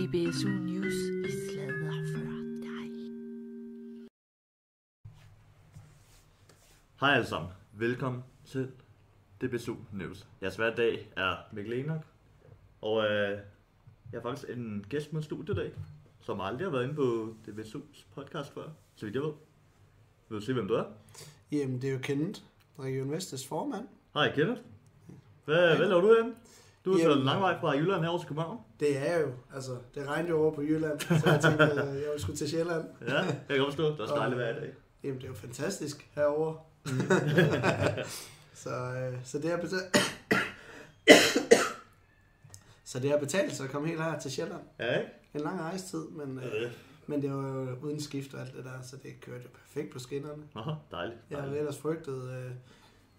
DBSU News i sladder for dig. Hej alle sammen. Velkommen til DBSU News. Jeres hver dag er Mikkel Enoch, og øh, jeg har faktisk en gæst med studie i dag, som aldrig har været inde på DBSU's podcast før, så vidt jeg ved. Vil du se, hvem du er? Jamen, det er jo Kenneth, Region Vestes formand. Hej Kenneth. Hvad, hvad laver du herinde? Du er så Jamen, lang vej fra Jylland herover til København. Det er jeg jo. Altså, det regnede jo over på Jylland, så jeg tænkte, at jeg skulle til Sjælland. Ja, jeg kan godt forstå. Det er også Og- dejligt hver dag. Jamen, det er jo fantastisk herovre. så, øh, så det har betalt... så det har betalt sig at komme helt her til Sjælland. Ja, ikke? En lang rejstid, men, øh, Øh. men det var jo uden skift og alt det der, så det kørte jo perfekt på skinnerne. Nå, dejligt. Jeg havde dejligt. ellers frygtet, øh,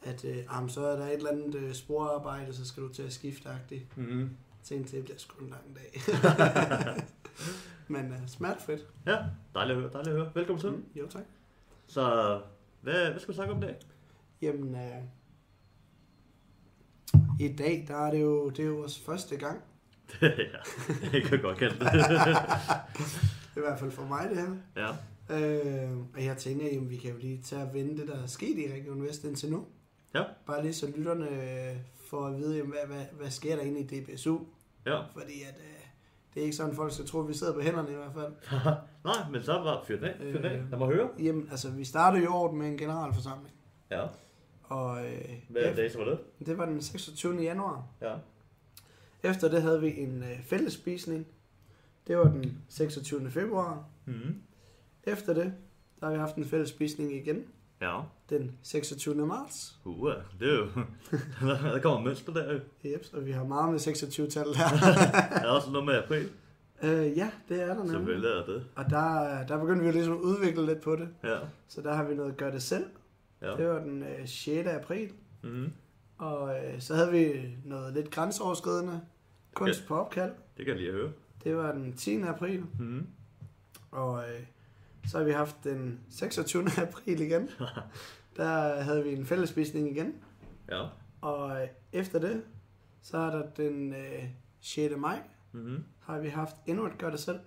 at øh, jamen, så er der et eller andet øh, sporarbejde, så skal du til at skifte agtigt. Mm-hmm. tænkte, det bliver sgu en lang dag. Men uh, smertefrit. Ja, dejligt at høre. Dejligt at høre. Velkommen til. Mm. Mm, jo tak. Så hvad, hvad skal vi snakke om i dag? Jamen, uh, i dag, der er det jo, det er jo vores første gang. ja, det kan jeg godt kalde det. Det er I hvert fald for mig, det her. ja. Uh, og jeg tænker, jamen, vi kan jo lige tage og vende det, der er sket i Region Vest indtil nu. Ja. Bare lige så lytterne øh, får at vide, jamen, hvad, hvad, hvad sker der egentlig i DBSU. Ja. Fordi at, uh, det er ikke sådan, folk skal tro, at vi sidder på hænderne i hvert fald. Nej, men så var fyr den af. Fyr den af. Øh. Lad mig høre. Jamen, altså, vi startede jo året med en generalforsamling. Ja. Og, øh, Hvad ja, er dag, så var det? Det var den 26. januar. Ja. Efter det havde vi en øh, fællesspisning. Det var den 26. februar. Mm. Efter det, der har vi haft en fællesspisning igen. Ja. Den 26. marts. Uha, det er jo... der kommer mønster der jo. Yep, og vi har meget med 26-tallet her. Der er også noget med april. øh, ja, det er der nemlig. Selvfølgelig er det. Og der, der begyndte vi jo ligesom at udvikle lidt på det. Ja. Så der har vi noget at gøre det selv. Ja. Det var den øh, 6. april. Hmm. Mm. Og øh, så havde vi noget lidt grænseoverskridende kunst på opkald. Det kan jeg lige høre. Det var den 10. april. Mm. Og øh, så har vi haft den 26. april igen. Der havde vi en fællesspisning igen. Ja. Og øh, efter det, så er der den øh, 6. maj, Mm. har vi haft endnu et gør det selv.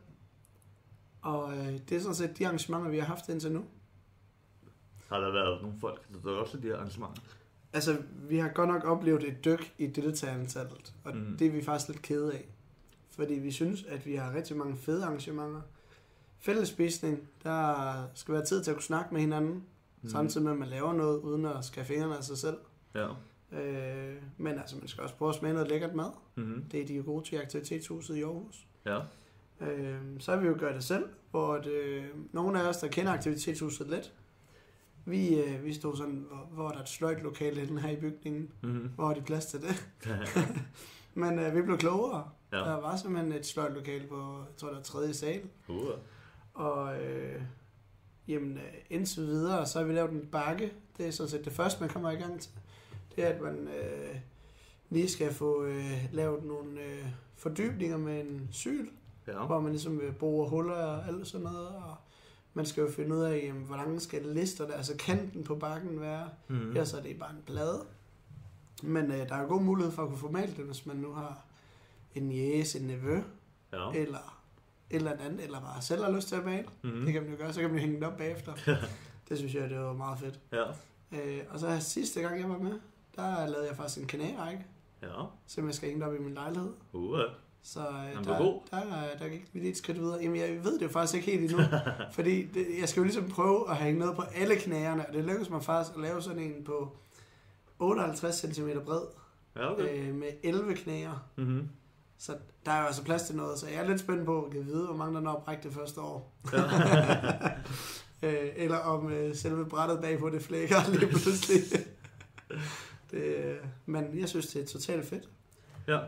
Og øh, det er sådan set de arrangementer, vi har haft indtil nu. Har der været nogle folk, der dør også til de her arrangementer? Altså, vi har godt nok oplevet et dyk i deltagerantallet, og Mm. mm. det er vi faktisk lidt kede af. Fordi vi synes, at vi har rigtig mange fede arrangementer. Fællesspisning, der skal være tid til at kunne snakke med hinanden, Mm. mm. samtidig med, at man laver noget, uden at skære fingrene af sig selv. Ja. Øh, men altså, man skal også prøve at smage noget lækkert mad. Mm. Det er de jo gode til i aktivitetshuset i Aarhus. Ja. Øh, så har vi jo gør det selv, hvor at, øh, nogle af os, der kender aktivitetshuset lidt, vi, øh, vi stod sådan, hvor, hvor er der et sløjt lokale henne her i bygningen. Mm. Hvor har de plads til det? Men øh, vi blev klogere. Ja. Ja. Der var simpelthen et sløjt lokal på, jeg tror det var tredje sal. Uha. Og øh, jamen, øh, indtil videre, så har vi lavet en bakke. Det er sådan set det første, man kommer i gang til. Det er, at man øh, lige skal få øh, lavet nogle øh, fordybninger med en syl, Ja. hvor man ligesom øh, bruger huller og alt sådan noget. Og man skal jo finde ud af, jamen, hvor lange skal lister der, altså kanten på bakken være. Mm. Ellers er det bare en plade. Men øh, der er jo god mulighed for at kunne formale det, hvis man nu har en jæs, en nevø, Ja. eller et eller andet, eller bare selv har lyst til at male. Mm. Mm. Det kan man jo gøre, så kan man jo hænge den op bagefter. det synes jeg, det var meget fedt. Ja. Øh, og så sidste gang, jeg var med, der lavede jeg faktisk en kanalrække, Ja. som jeg skal hænge op i min lejlighed. Uha. Så øh, Jamen, hvor der, god. der, der gik vi lige et skridt videre. Jamen, jeg ved det jo faktisk ikke helt endnu, fordi det, jeg skal jo ligesom prøve at hænge noget på alle knagerne, og det lykkedes mig faktisk at lave sådan en på 58 cm bred, Ja, okay. okay. øh, med 11 knager. Mm. Så der er jo altså plads til noget, så jeg er lidt spændt på at kan vide, hvor mange der når at brække det første år. Ja. øh, eller om øh, selve brættet bagpå det flækker lige pludselig. det, øh, men jeg synes, det er totalt fedt. Ja.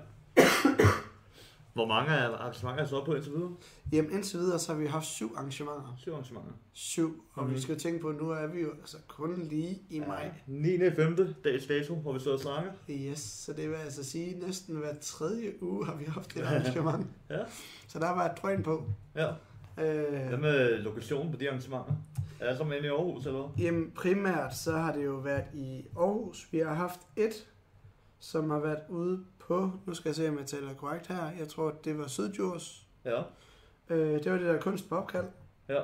Hvor mange af arrangementer er så på indtil videre? Jamen indtil videre, så har vi haft syv arrangementer. Syv arrangementer. Syv, og Mhm. vi skal jo tænke på, at nu er vi jo altså kun lige i maj. 9. 5. dags dato, hvor vi sidder og snakker. Yes, så det vil altså sige, at næsten hver tredje uge har vi haft et arrangement. Ja. Så der var et drøn på. Ja. Øh, Hvad med lokationen på de arrangementer? Er der så med i Aarhus, eller hvad? Jamen primært så har det jo været i Aarhus. Vi har haft et, som har været ude på, nu skal jeg se om jeg taler korrekt her, jeg tror det var Sydjurs. Ja, Øh, det var det der kunst på opkald. ja.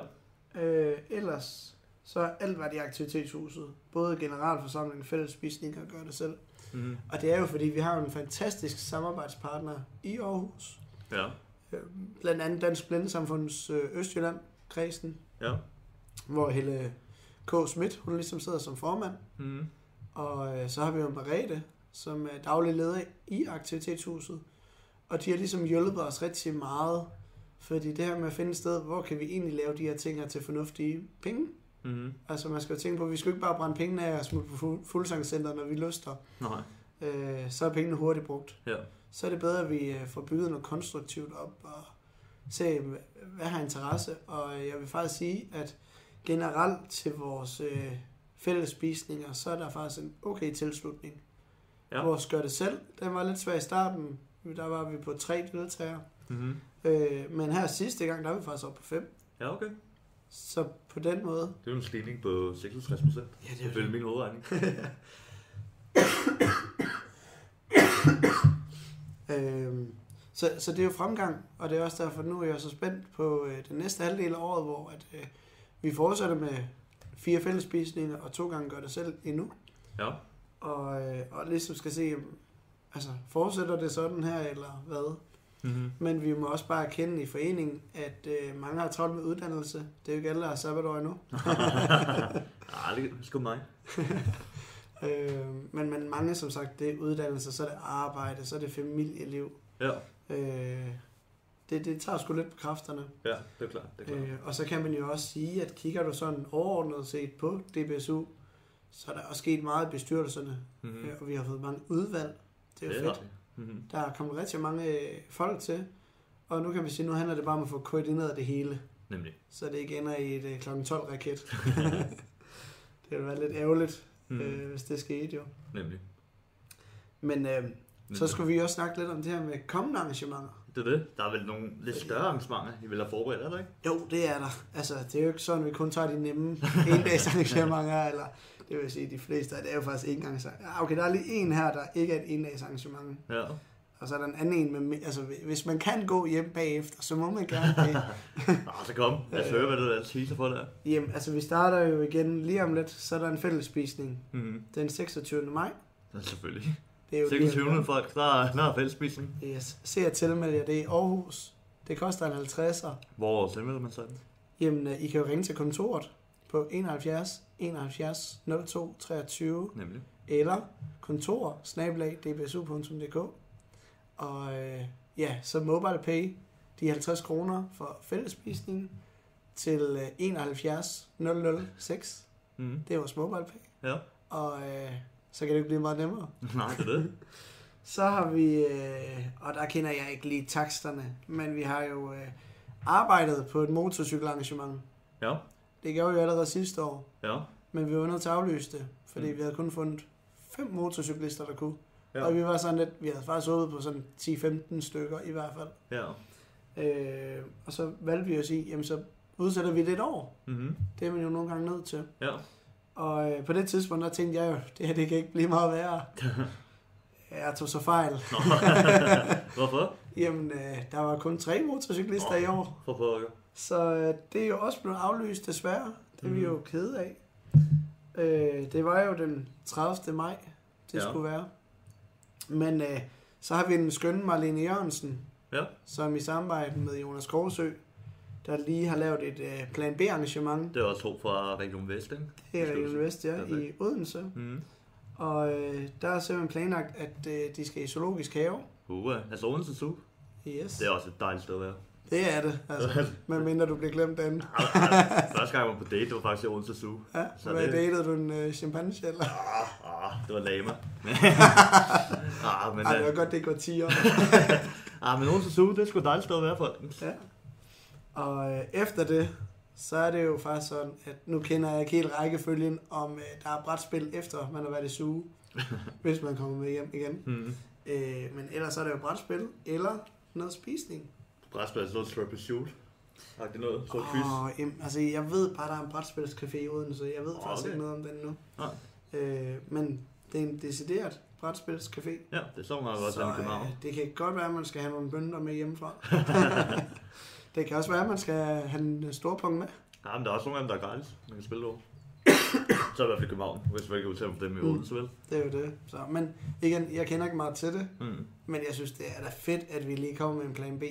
Øh, ellers så er alt var det i aktivitetshuset. Både generalforsamling, fællesspisning og gør det selv. Mm. Og det er jo fordi, vi har jo en fantastisk samarbejdspartner i Aarhus. Ja, Øh, blandt andet Dansk Blindesamfunds øh, Østjylland, kredsen, ja. hvor Helle K. Schmidt, hun ligesom sidder som formand. Mm. Og øh, så har vi jo Marete, som er daglig leder i aktivitetshuset. Og de har ligesom hjulpet os rigtig meget, fordi det her med at finde et sted, hvor kan vi egentlig lave de her ting her til fornuftige penge. Mm. Altså man skal jo tænke på, at vi skal jo ikke bare brænde pengene af og smutte på fu- fuldsangscenter, når vi lyster. Nej, Øh, så er pengene hurtigt brugt. ja. Så er det bedre, at vi øh, får bygget noget konstruktivt op og se, hva- hvad har interesse. Og øh, jeg vil faktisk sige, at generelt til vores øh, fællesspisninger, så er der faktisk en okay tilslutning. Ja. Ja. Vores gør det selv, den var lidt svær i starten. Der var vi på tre deltagere. Mm. Øh, men her sidste gang, der var vi faktisk oppe på fem. Ja, okay. Så på den måde... Det er jo en stigning på 66 procent. Ja, det Det er vel min hovedregning. Øhm, så, så det er jo fremgang, og det er også derfor, nu er jeg så spændt på øh, den næste halvdel af året, hvor at, øh, vi fortsætter med fire fællesspisninger og to gange gør det selv endnu. Ja. Og, øh, og ligesom skal se, jamen, altså fortsætter det sådan her, eller hvad? Mm. Men vi må også bare erkende i foreningen, at øh, mange har travlt med uddannelse. Det er jo ikke alle, der har sabbatår endnu. Nej, det er sgu mig. Øh, men, men mange, som sagt, det er uddannelse, så er det arbejde, så er det familieliv. Ja, Øh, det, det tager sgu lidt på kræfterne. ja, det er klart. Det er klart. Øh, og så kan man jo også sige, at kigger du sådan overordnet set på DBSU, så er der også sket meget i bestyrelserne, Mhm. mm. og vi har fået mange udvalg. Det er jo fedt. Mm-hmm. Der er kommet rigtig mange øh, folk til, og nu kan vi sige, at nu handler det bare om at få koordineret det hele, Nemlig. så det ikke ender i et øh, kl. 12-raket. det ville være lidt ærgerligt, Mm. mm. øh, hvis det skete jo. Nemlig. Men øh, så Nemlig. skulle vi også snakke lidt om det her med kommende arrangementer. Det er det. Der er vel nogle lidt større arrangementer, I vil have forberedt, er der ikke? Jo, det er der. Altså, det er jo ikke sådan, at vi kun tager de nemme endags arrangementer, eller det vil jeg sige, de fleste, og det er jo faktisk ikke engang så. Ja, Ah, okay, der er lige en her, der ikke er et endags arrangement. Ja. Og så er der en anden en, med, me- altså, hvis man kan gå hjem bagefter, så må man gerne det. Ah, så kom. Lad os høre, hvad det er, teaser for der. Jamen, altså, vi starter jo igen lige om lidt, så er der en fællesspisning Mm-hmm. den 26. maj. Ja, selvfølgelig. Det er jo lige om 26. lidt. folk, der er, der er fællesspisning. Yes. Se at tilmelde jer det er i Aarhus. Det koster en 50'er. Hvor tilmelder man sig den? Jamen, øh, I kan jo ringe til kontoret på 71 71 02 23 Nemlig. eller kontor snablag, dbsu.dk og øh, ja, så mobile pay de 50 kroner for fællesspisningen til øh, 71 006. Mm. Det er vores mobile pay. Ja. Og øh, så kan det jo blive meget nemmere. Nej, det er det. Så har vi, øh, og der kender jeg ikke lige taksterne, men vi har jo øh, arbejdet på et motorcykelarrangement. Ja. Det gjorde vi jo allerede sidste år, Ja. men vi var nødt til at aflyse det, fordi Mm. mm. vi havde kun fundet fem motorcyklister, der kunne. Ja. Ja. Og vi var sådan lidt, vi havde faktisk håbet på sådan 10-15 stykker i hvert fald. Ja. Øh, og så valgte vi at sige, jamen så udsætter vi det et år. Mm-hmm. Det er man jo nogle gange nødt til. Ja. Og øh, på det tidspunkt, der tænkte jeg jo, det her det kan ikke blive meget værre. Jeg tog så fejl. Nå. Hvorfor? Jamen, øh, der var kun tre motorcyklister Nå. i år. For pokker. Så øh, det er jo også blevet aflyst desværre. Det er vi Mhm. jo kede af. Øh, det var jo den 30. maj, det Ja. ja. skulle være. Men øh, så har vi den skønne Marlene Jørgensen, Ja. som i samarbejde med Jonas Korsø, der lige har lavet et øh, plan B-arrangement. Det er også to fra Region Vest, ikke? Det er Odense. Invest, ja, Den er i Odense. Mm. Og øh, der er simpelthen planlagt, at øh, de skal i zoologisk have. Uh, altså Odense Zoo. Yes, Det er også et dejligt sted at være. det er det. Altså, medmindre du bliver glemt andet. Første gang jeg var på date, det var faktisk i Odense Zoo. Ja, Så så hvad det- det... datede du en øh, chimpanse eller? Ah, ah, det var lama. ah, men, Ej, det øh, var godt, det går 10 år. ah, men Odense Zoo, det er sgu et dejligt sted at være for. ja. Og øh, efter det, så er det jo faktisk sådan, at nu kender jeg ikke helt rækkefølgen, om øh, der er brætspil efter, man har været i suge, hvis man kommer med hjem igen. Mm. Øh, men ellers er det jo brætspil, eller noget spisning. Brætspil er sådan noget Slurpee Shoot. Ah, det er noget, så quiz. Og, jamen, altså, jeg ved bare, der er en brætspilscafé i Odense, jeg ved Åh, faktisk okay. ikke noget om den nu. Nej. Øh, men det er en decideret Brætspilscafé. Ja, det står nok også her i København. øh, det kan godt være, at man skal have nogle bønder med hjemmefra. det kan også være, at man skal have en storpong med. Ja, men der er også nogle af dem, der er gratis, man kan spille over. så er det i hvert fald i København, hvis man ikke er ude til dem i Mm. Odense, vel? Det er jo det. Så, men igen, jeg kender ikke meget til det, Mm. men jeg synes, det er da fedt, at vi lige kommer med en plan B.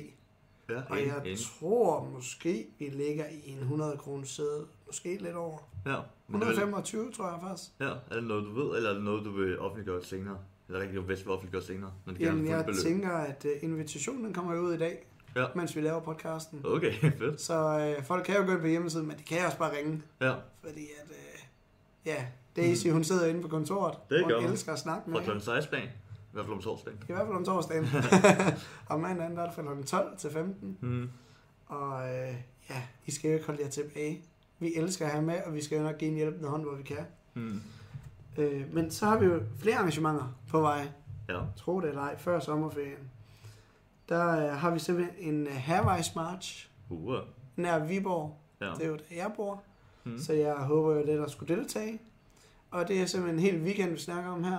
Ja, Og en, jeg en. tror måske, vi ligger i en 100 kroner sæde. Måske lidt over. Ja, men det er vel- 125, tror jeg faktisk. ja, er det noget, du ved, eller er det noget, du vil offentliggøre senere? Eller ikke, du vidste, vil offentliggøre senere, når det Jamen, gerne jeg er fuldt beløb. tænker, at øh, invitationen kommer jo ud i dag, Ja. mens vi laver podcasten. Okay, fedt. Så øh, folk kan jo gå ind på hjemmesiden, men de kan også bare ringe. Ja, Fordi at, øh, ja, Daisy, hun sidder inde på kontoret. Mm. Det gør hun. hun. elsker at snakke med. fra hende. kl. 16 bag. I hvert fald om torsdagen. I hvert fald om torsdagen. og mandagen der er det fra kl. 12 til 15. Mm. Og øh, ja, I skal jo ikke holde jer tilbage. Vi elsker at have med, og vi skal jo nok give en hjælpende hånd, hvor vi kan. Mm. Øh, men så har vi jo flere arrangementer på vej. Ja, Tro det eller ej, før sommerferien. Der øh, har vi simpelthen en øh, Havvejs March uger. nær Viborg. Ja. Det er jo der, jeg bor. Mm. Så jeg håber jo lidt at skulle deltage. Og det er simpelthen en hel weekend, vi snakker om her.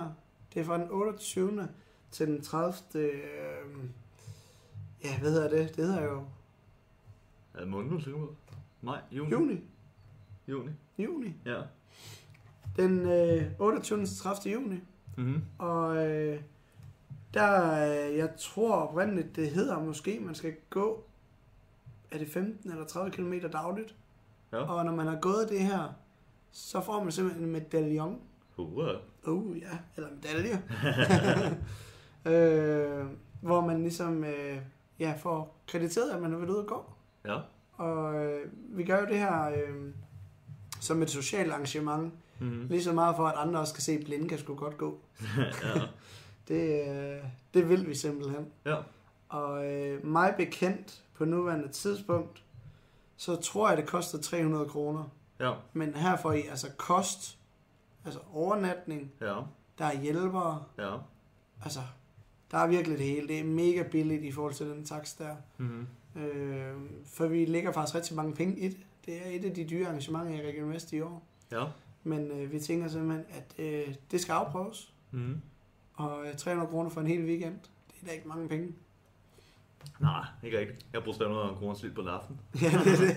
Det er fra den 28. til den 30. Øh, ja, hvad hedder det? Det hedder jo Er det måneden, du tænker på? Nej, juni. juni. Juni, juni. ja. Den øh, 28. til 30. juni. Mm-hmm. Og øh, der, øh, jeg tror oprindeligt, det hedder måske, man skal gå, er det 15 eller 30 km dagligt. Ja. Og når man har gået det her, så får man simpelthen en medaljon. Uger. Uh, ja, eller medaljer. øh, hvor man ligesom øh, ja, får krediteret, at man har været ude at gå. Ja, Og øh, vi gør jo det her øh, som et socialt arrangement. Mhm. Lige så meget for, at andre også kan se, at blinde kan sgu godt gå. ja, Det, øh, det vil vi simpelthen. ja. Og øh, mig bekendt på nuværende tidspunkt, så tror jeg, det koster 300 kroner. Ja, Men her får I altså kost, altså overnatning, ja, der er hjælpere, ja. altså, der er virkelig det hele. Det er mega billigt i forhold til den takst der. Mm-hmm. Øh, for vi lægger faktisk rigtig mange penge i det. Det er et af de dyre arrangementer i Region Vest i år. Ja. Men øh, vi tænker simpelthen, at øh, det skal afprøves. Mm-hmm. Og øh, 300 kroner for en hel weekend, det er da ikke mange penge. Nej, ikke rigtigt. Jeg brugte 500 kroner slidt på en aften. ja, det er det.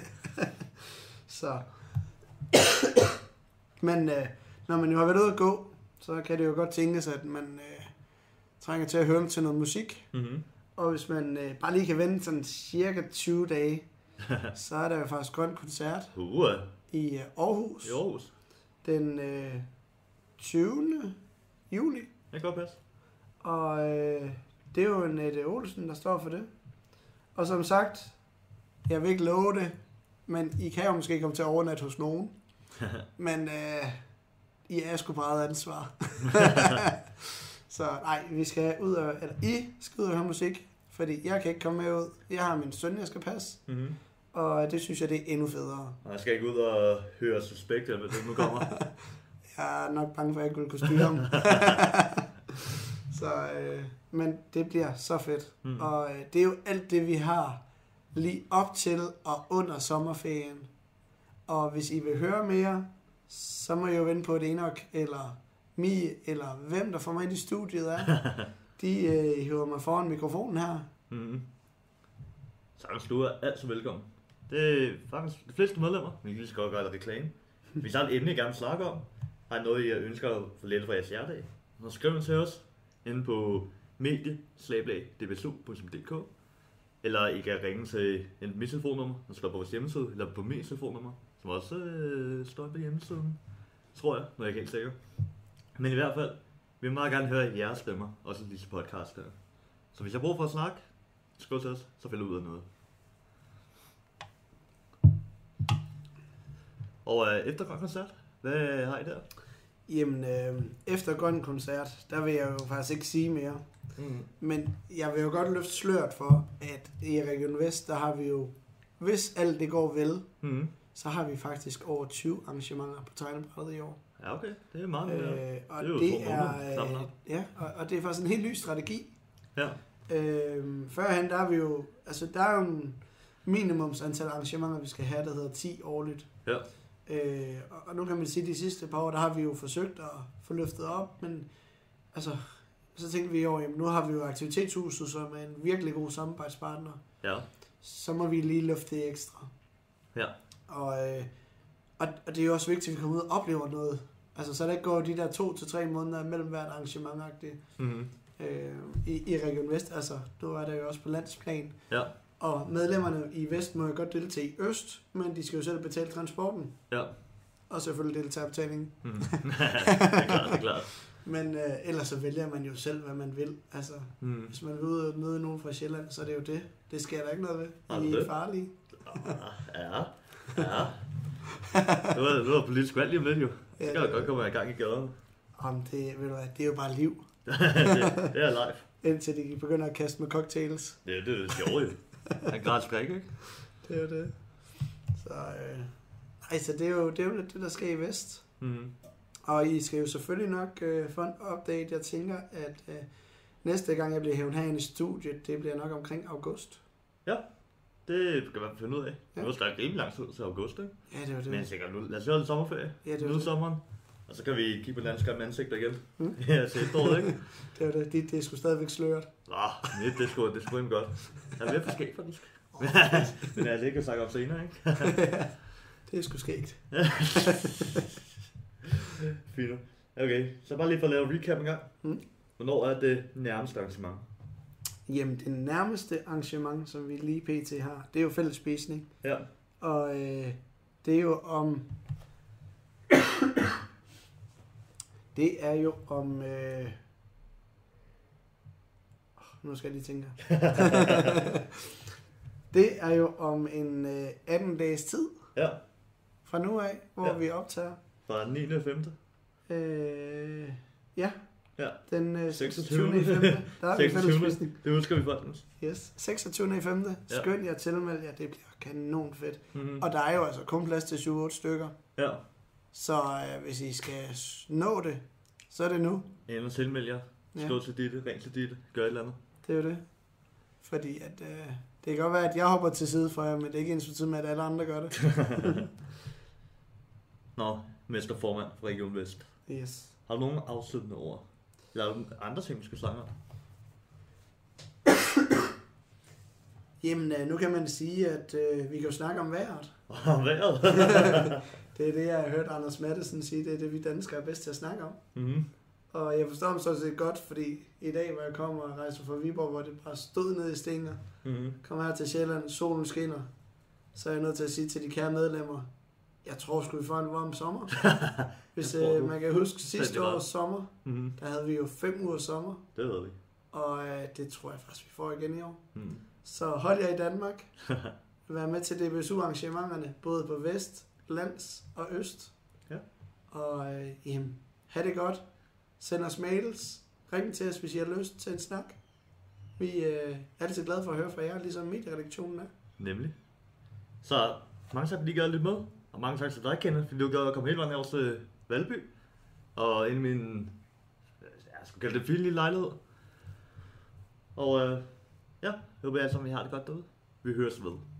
så. Men øh, når man jo har været ude at gå, så kan det jo godt tænkes, at man øh, trænger til at høre til noget musik. Mm-hmm. Og hvis man øh, bare lige kan vente sådan cirka 20 dage, så er der jo faktisk grøn koncert Uger. i øh, Aarhus I Aarhus. den øh, 20. juli. Det kan godt passe. Og øh, det er jo Nette Olsen, der står for det. Og som sagt, jeg vil ikke love det, men I kan jo måske komme til at overnatte hos nogen. men øh, I er sgu på eget ansvar. Så nej, vi skal ud og, eller I skal ud og høre musik, fordi jeg kan ikke komme med ud. Jeg har min søn, jeg skal passe, Mm-hmm. og det synes jeg, det er endnu federe. Og jeg skal ikke ud og høre suspekt, eller hvad det nu kommer. Jeg er nok bange for, at jeg ikke ville kunne styre ham. så, øh, men det bliver så fedt. Mm. Og øh, det er jo alt det, vi har lige op til og under sommerferien. Og hvis I vil høre mere, så må I jo vente på, at Enoch eller Mi eller hvem, der får mig ind i studiet er, de øh, hiver mig foran mikrofonen her. mm-hmm. Sagtens du er altid velkommen. Det er faktisk de fleste medlemmer. Vi kan lige så godt gøre lidt reklame. Hvis der er et emne, I gerne vil snakke om, har I noget, I ønsker at få lidt fra jeres hverdag, så skriv det til os inde på medie-dbsu.dk eller I kan ringe til enten mit telefonnummer, der står på vores hjemmeside, eller på mit telefonnummer, som også øh, står på hjemmesiden, tror jeg, når jeg er ikke helt sikker. Men i hvert fald, vi vil meget gerne høre jeres stemmer, også i disse podcast her. Så hvis jeg har brug for at snakke, skriv til os, så finder jeg ud af noget. Og øh, efter Grøn koncert, hvad har I der? Jamen, øh, efter grøn koncert, der vil jeg jo faktisk ikke sige mere. Mm-hmm. Mm. Men jeg vil jo godt løfte sløret for, at i Region Vest, der har vi jo, hvis alt det går vel, Mm. så har vi faktisk over 20 arrangementer på tegnebrættet i år. Ja, okay. Det er meget mere. Øh, og det er jo det, to det måneder, er, knap øh, nok. ja, og, og det er faktisk en helt ny strategi. Ja. Øh, førhen, der er vi jo, altså der er jo en minimums antal arrangementer, vi skal have, der hedder 10 årligt. Ja. Øh, og, og nu kan man sige, at de sidste par år, der har vi jo forsøgt at få løftet op, men altså, Så tænkte vi i år, jamen nu har vi jo aktivitetshuset, som er en virkelig god samarbejdspartner. Ja. Så må vi lige lufte det ekstra. Ja. Og, øh, og, og det er jo også vigtigt, at vi kommer ud og oplever noget. Altså, så der ikke går de der to til tre måneder mellem hvert arrangement Mm-hmm. øh, i, i Region Vest. Altså, nu er der jo også på landsplan. Ja. Og medlemmerne i Vest må jo godt deltage i Øst, men de skal jo selv betale transporten. Ja. Og selvfølgelig deltagerbetalingen. Mm. det er klart, det er klart. Men øh, ellers så vælger man jo selv, hvad man vil. Altså, Mm. hvis man vil ud og møde nogen fra Sjælland, så er det jo det. Det sker der ikke noget ved. Er det I er det? farlige. Ah, Ja, ja. Nu er, nu er politisk valg lige om lidt jo. Så skal jeg godt komme i gang i gaden. Jamen, det, ved du hvad, det er jo bare liv. det, det, er live. Indtil de begynder at kaste med cocktails. Det, det er det sjove jo. Han er gratis drik, ikke? Det er jo det. Så, øh, ej, så det er jo det, er jo lidt det der sker i Vest. Mm. Og I skal jo selvfølgelig nok øh, få en update. Jeg tænker, at øh, næste gang, jeg bliver hævet herinde i studiet, det bliver nok omkring august. Det kan man finde ud af. Ja. Nu er der rimelig lang tid til august, ikke? Ja, det var det. Men jeg tænker, nu, lad os holde en sommerferie. ja, det, var Nu det. sommeren. Og så kan vi kigge på landskab med ansigter igen. Mm. Ja, til efteråret, ikke? det, var det. det, det er sgu stadigvæk sløret. Nå, det, det skulle, det skulle rimelig godt. Jeg er ved at forskellig for det. Men altså, det kan vi snakke om senere, ikke? det er sgu skægt. Fint. Okay, så bare lige for at lave en recap en gang. Mm. Hvornår er det nærmeste arrangement? Jamen, det nærmeste arrangement, som vi lige pt. har, det er jo fællesspisning. Ja. Og øh, det er jo om... det er jo om... Øh... Nu skal jeg lige tænke. her. det er jo om en øh, 18 dages tid Ja, fra nu af, hvor ja. Ja. vi optager. fra den 9. og 5. Øh, ja. Ja. Den 26.. øh, 26. i 5. Der er vi 26.. fællesspisning. Det husker vi folkens. Yes. 26. i 5. Ja. Skøn jer tilmeld jer. Det bliver kanon fedt. Mm. Og der er jo altså kun plads til 7-8 stykker. Ja, Så øh, hvis I skal s- nå det, så er det nu. eller tilmeld jer. Ja. Slå til ditte, ring til ditte, gør et eller andet. Det er jo det. Fordi at, øh, det kan godt være, at jeg hopper til side for jer, men det er ikke ens betydning med, at alle andre gør det. Nå, mesterformand for Region Vest. Yes. Har du nogen afsluttende ord? Eller er der andre ting, vi skal snakke om? Jamen, øh, nu kan man sige, at øh, vi kan jo snakke om vejret. Om vejret? det er det, jeg har hørt Anders Mattesen sige. Det er det, vi danskere er bedst til at snakke om. mm. Og jeg forstår ham sådan set godt, fordi i dag, hvor jeg kommer og rejser fra Viborg, hvor det bare stod ned i stænger, Mm. kommer her til Sjælland, solen skinner, så er jeg nødt til at sige til de kære medlemmer, jeg tror sgu, vi får en varm sommer. Hvis Jeg tror, øh, du- man kan huske Rigtig sidste varmt. års sommer, Mm. der havde vi jo fem uger sommer, Det ved vi. og øh, det tror jeg faktisk, vi får igen i år. Mm. Så hold jer i Danmark. Vær med til DBSU-arrangementerne, både på vest, lands og øst. Ja. Og øh, jamen, ha' det godt. Send os mails. Ring til os, hvis I har lyst til en snak. Vi øh, er altid glade for at høre fra jer, ligesom medieredaktionen er. Nemlig. Så mange tak, fordi I gad at lytte med. Og mange tak til dig, Kenneth, fordi du gad at komme hele vejen herover til Valby. Og ind i min, øh, jeg skulle kalde det fin lille lejlighed. Og øh, ja, jeg håber alle sammen, I har det godt derude. Vi høres ved.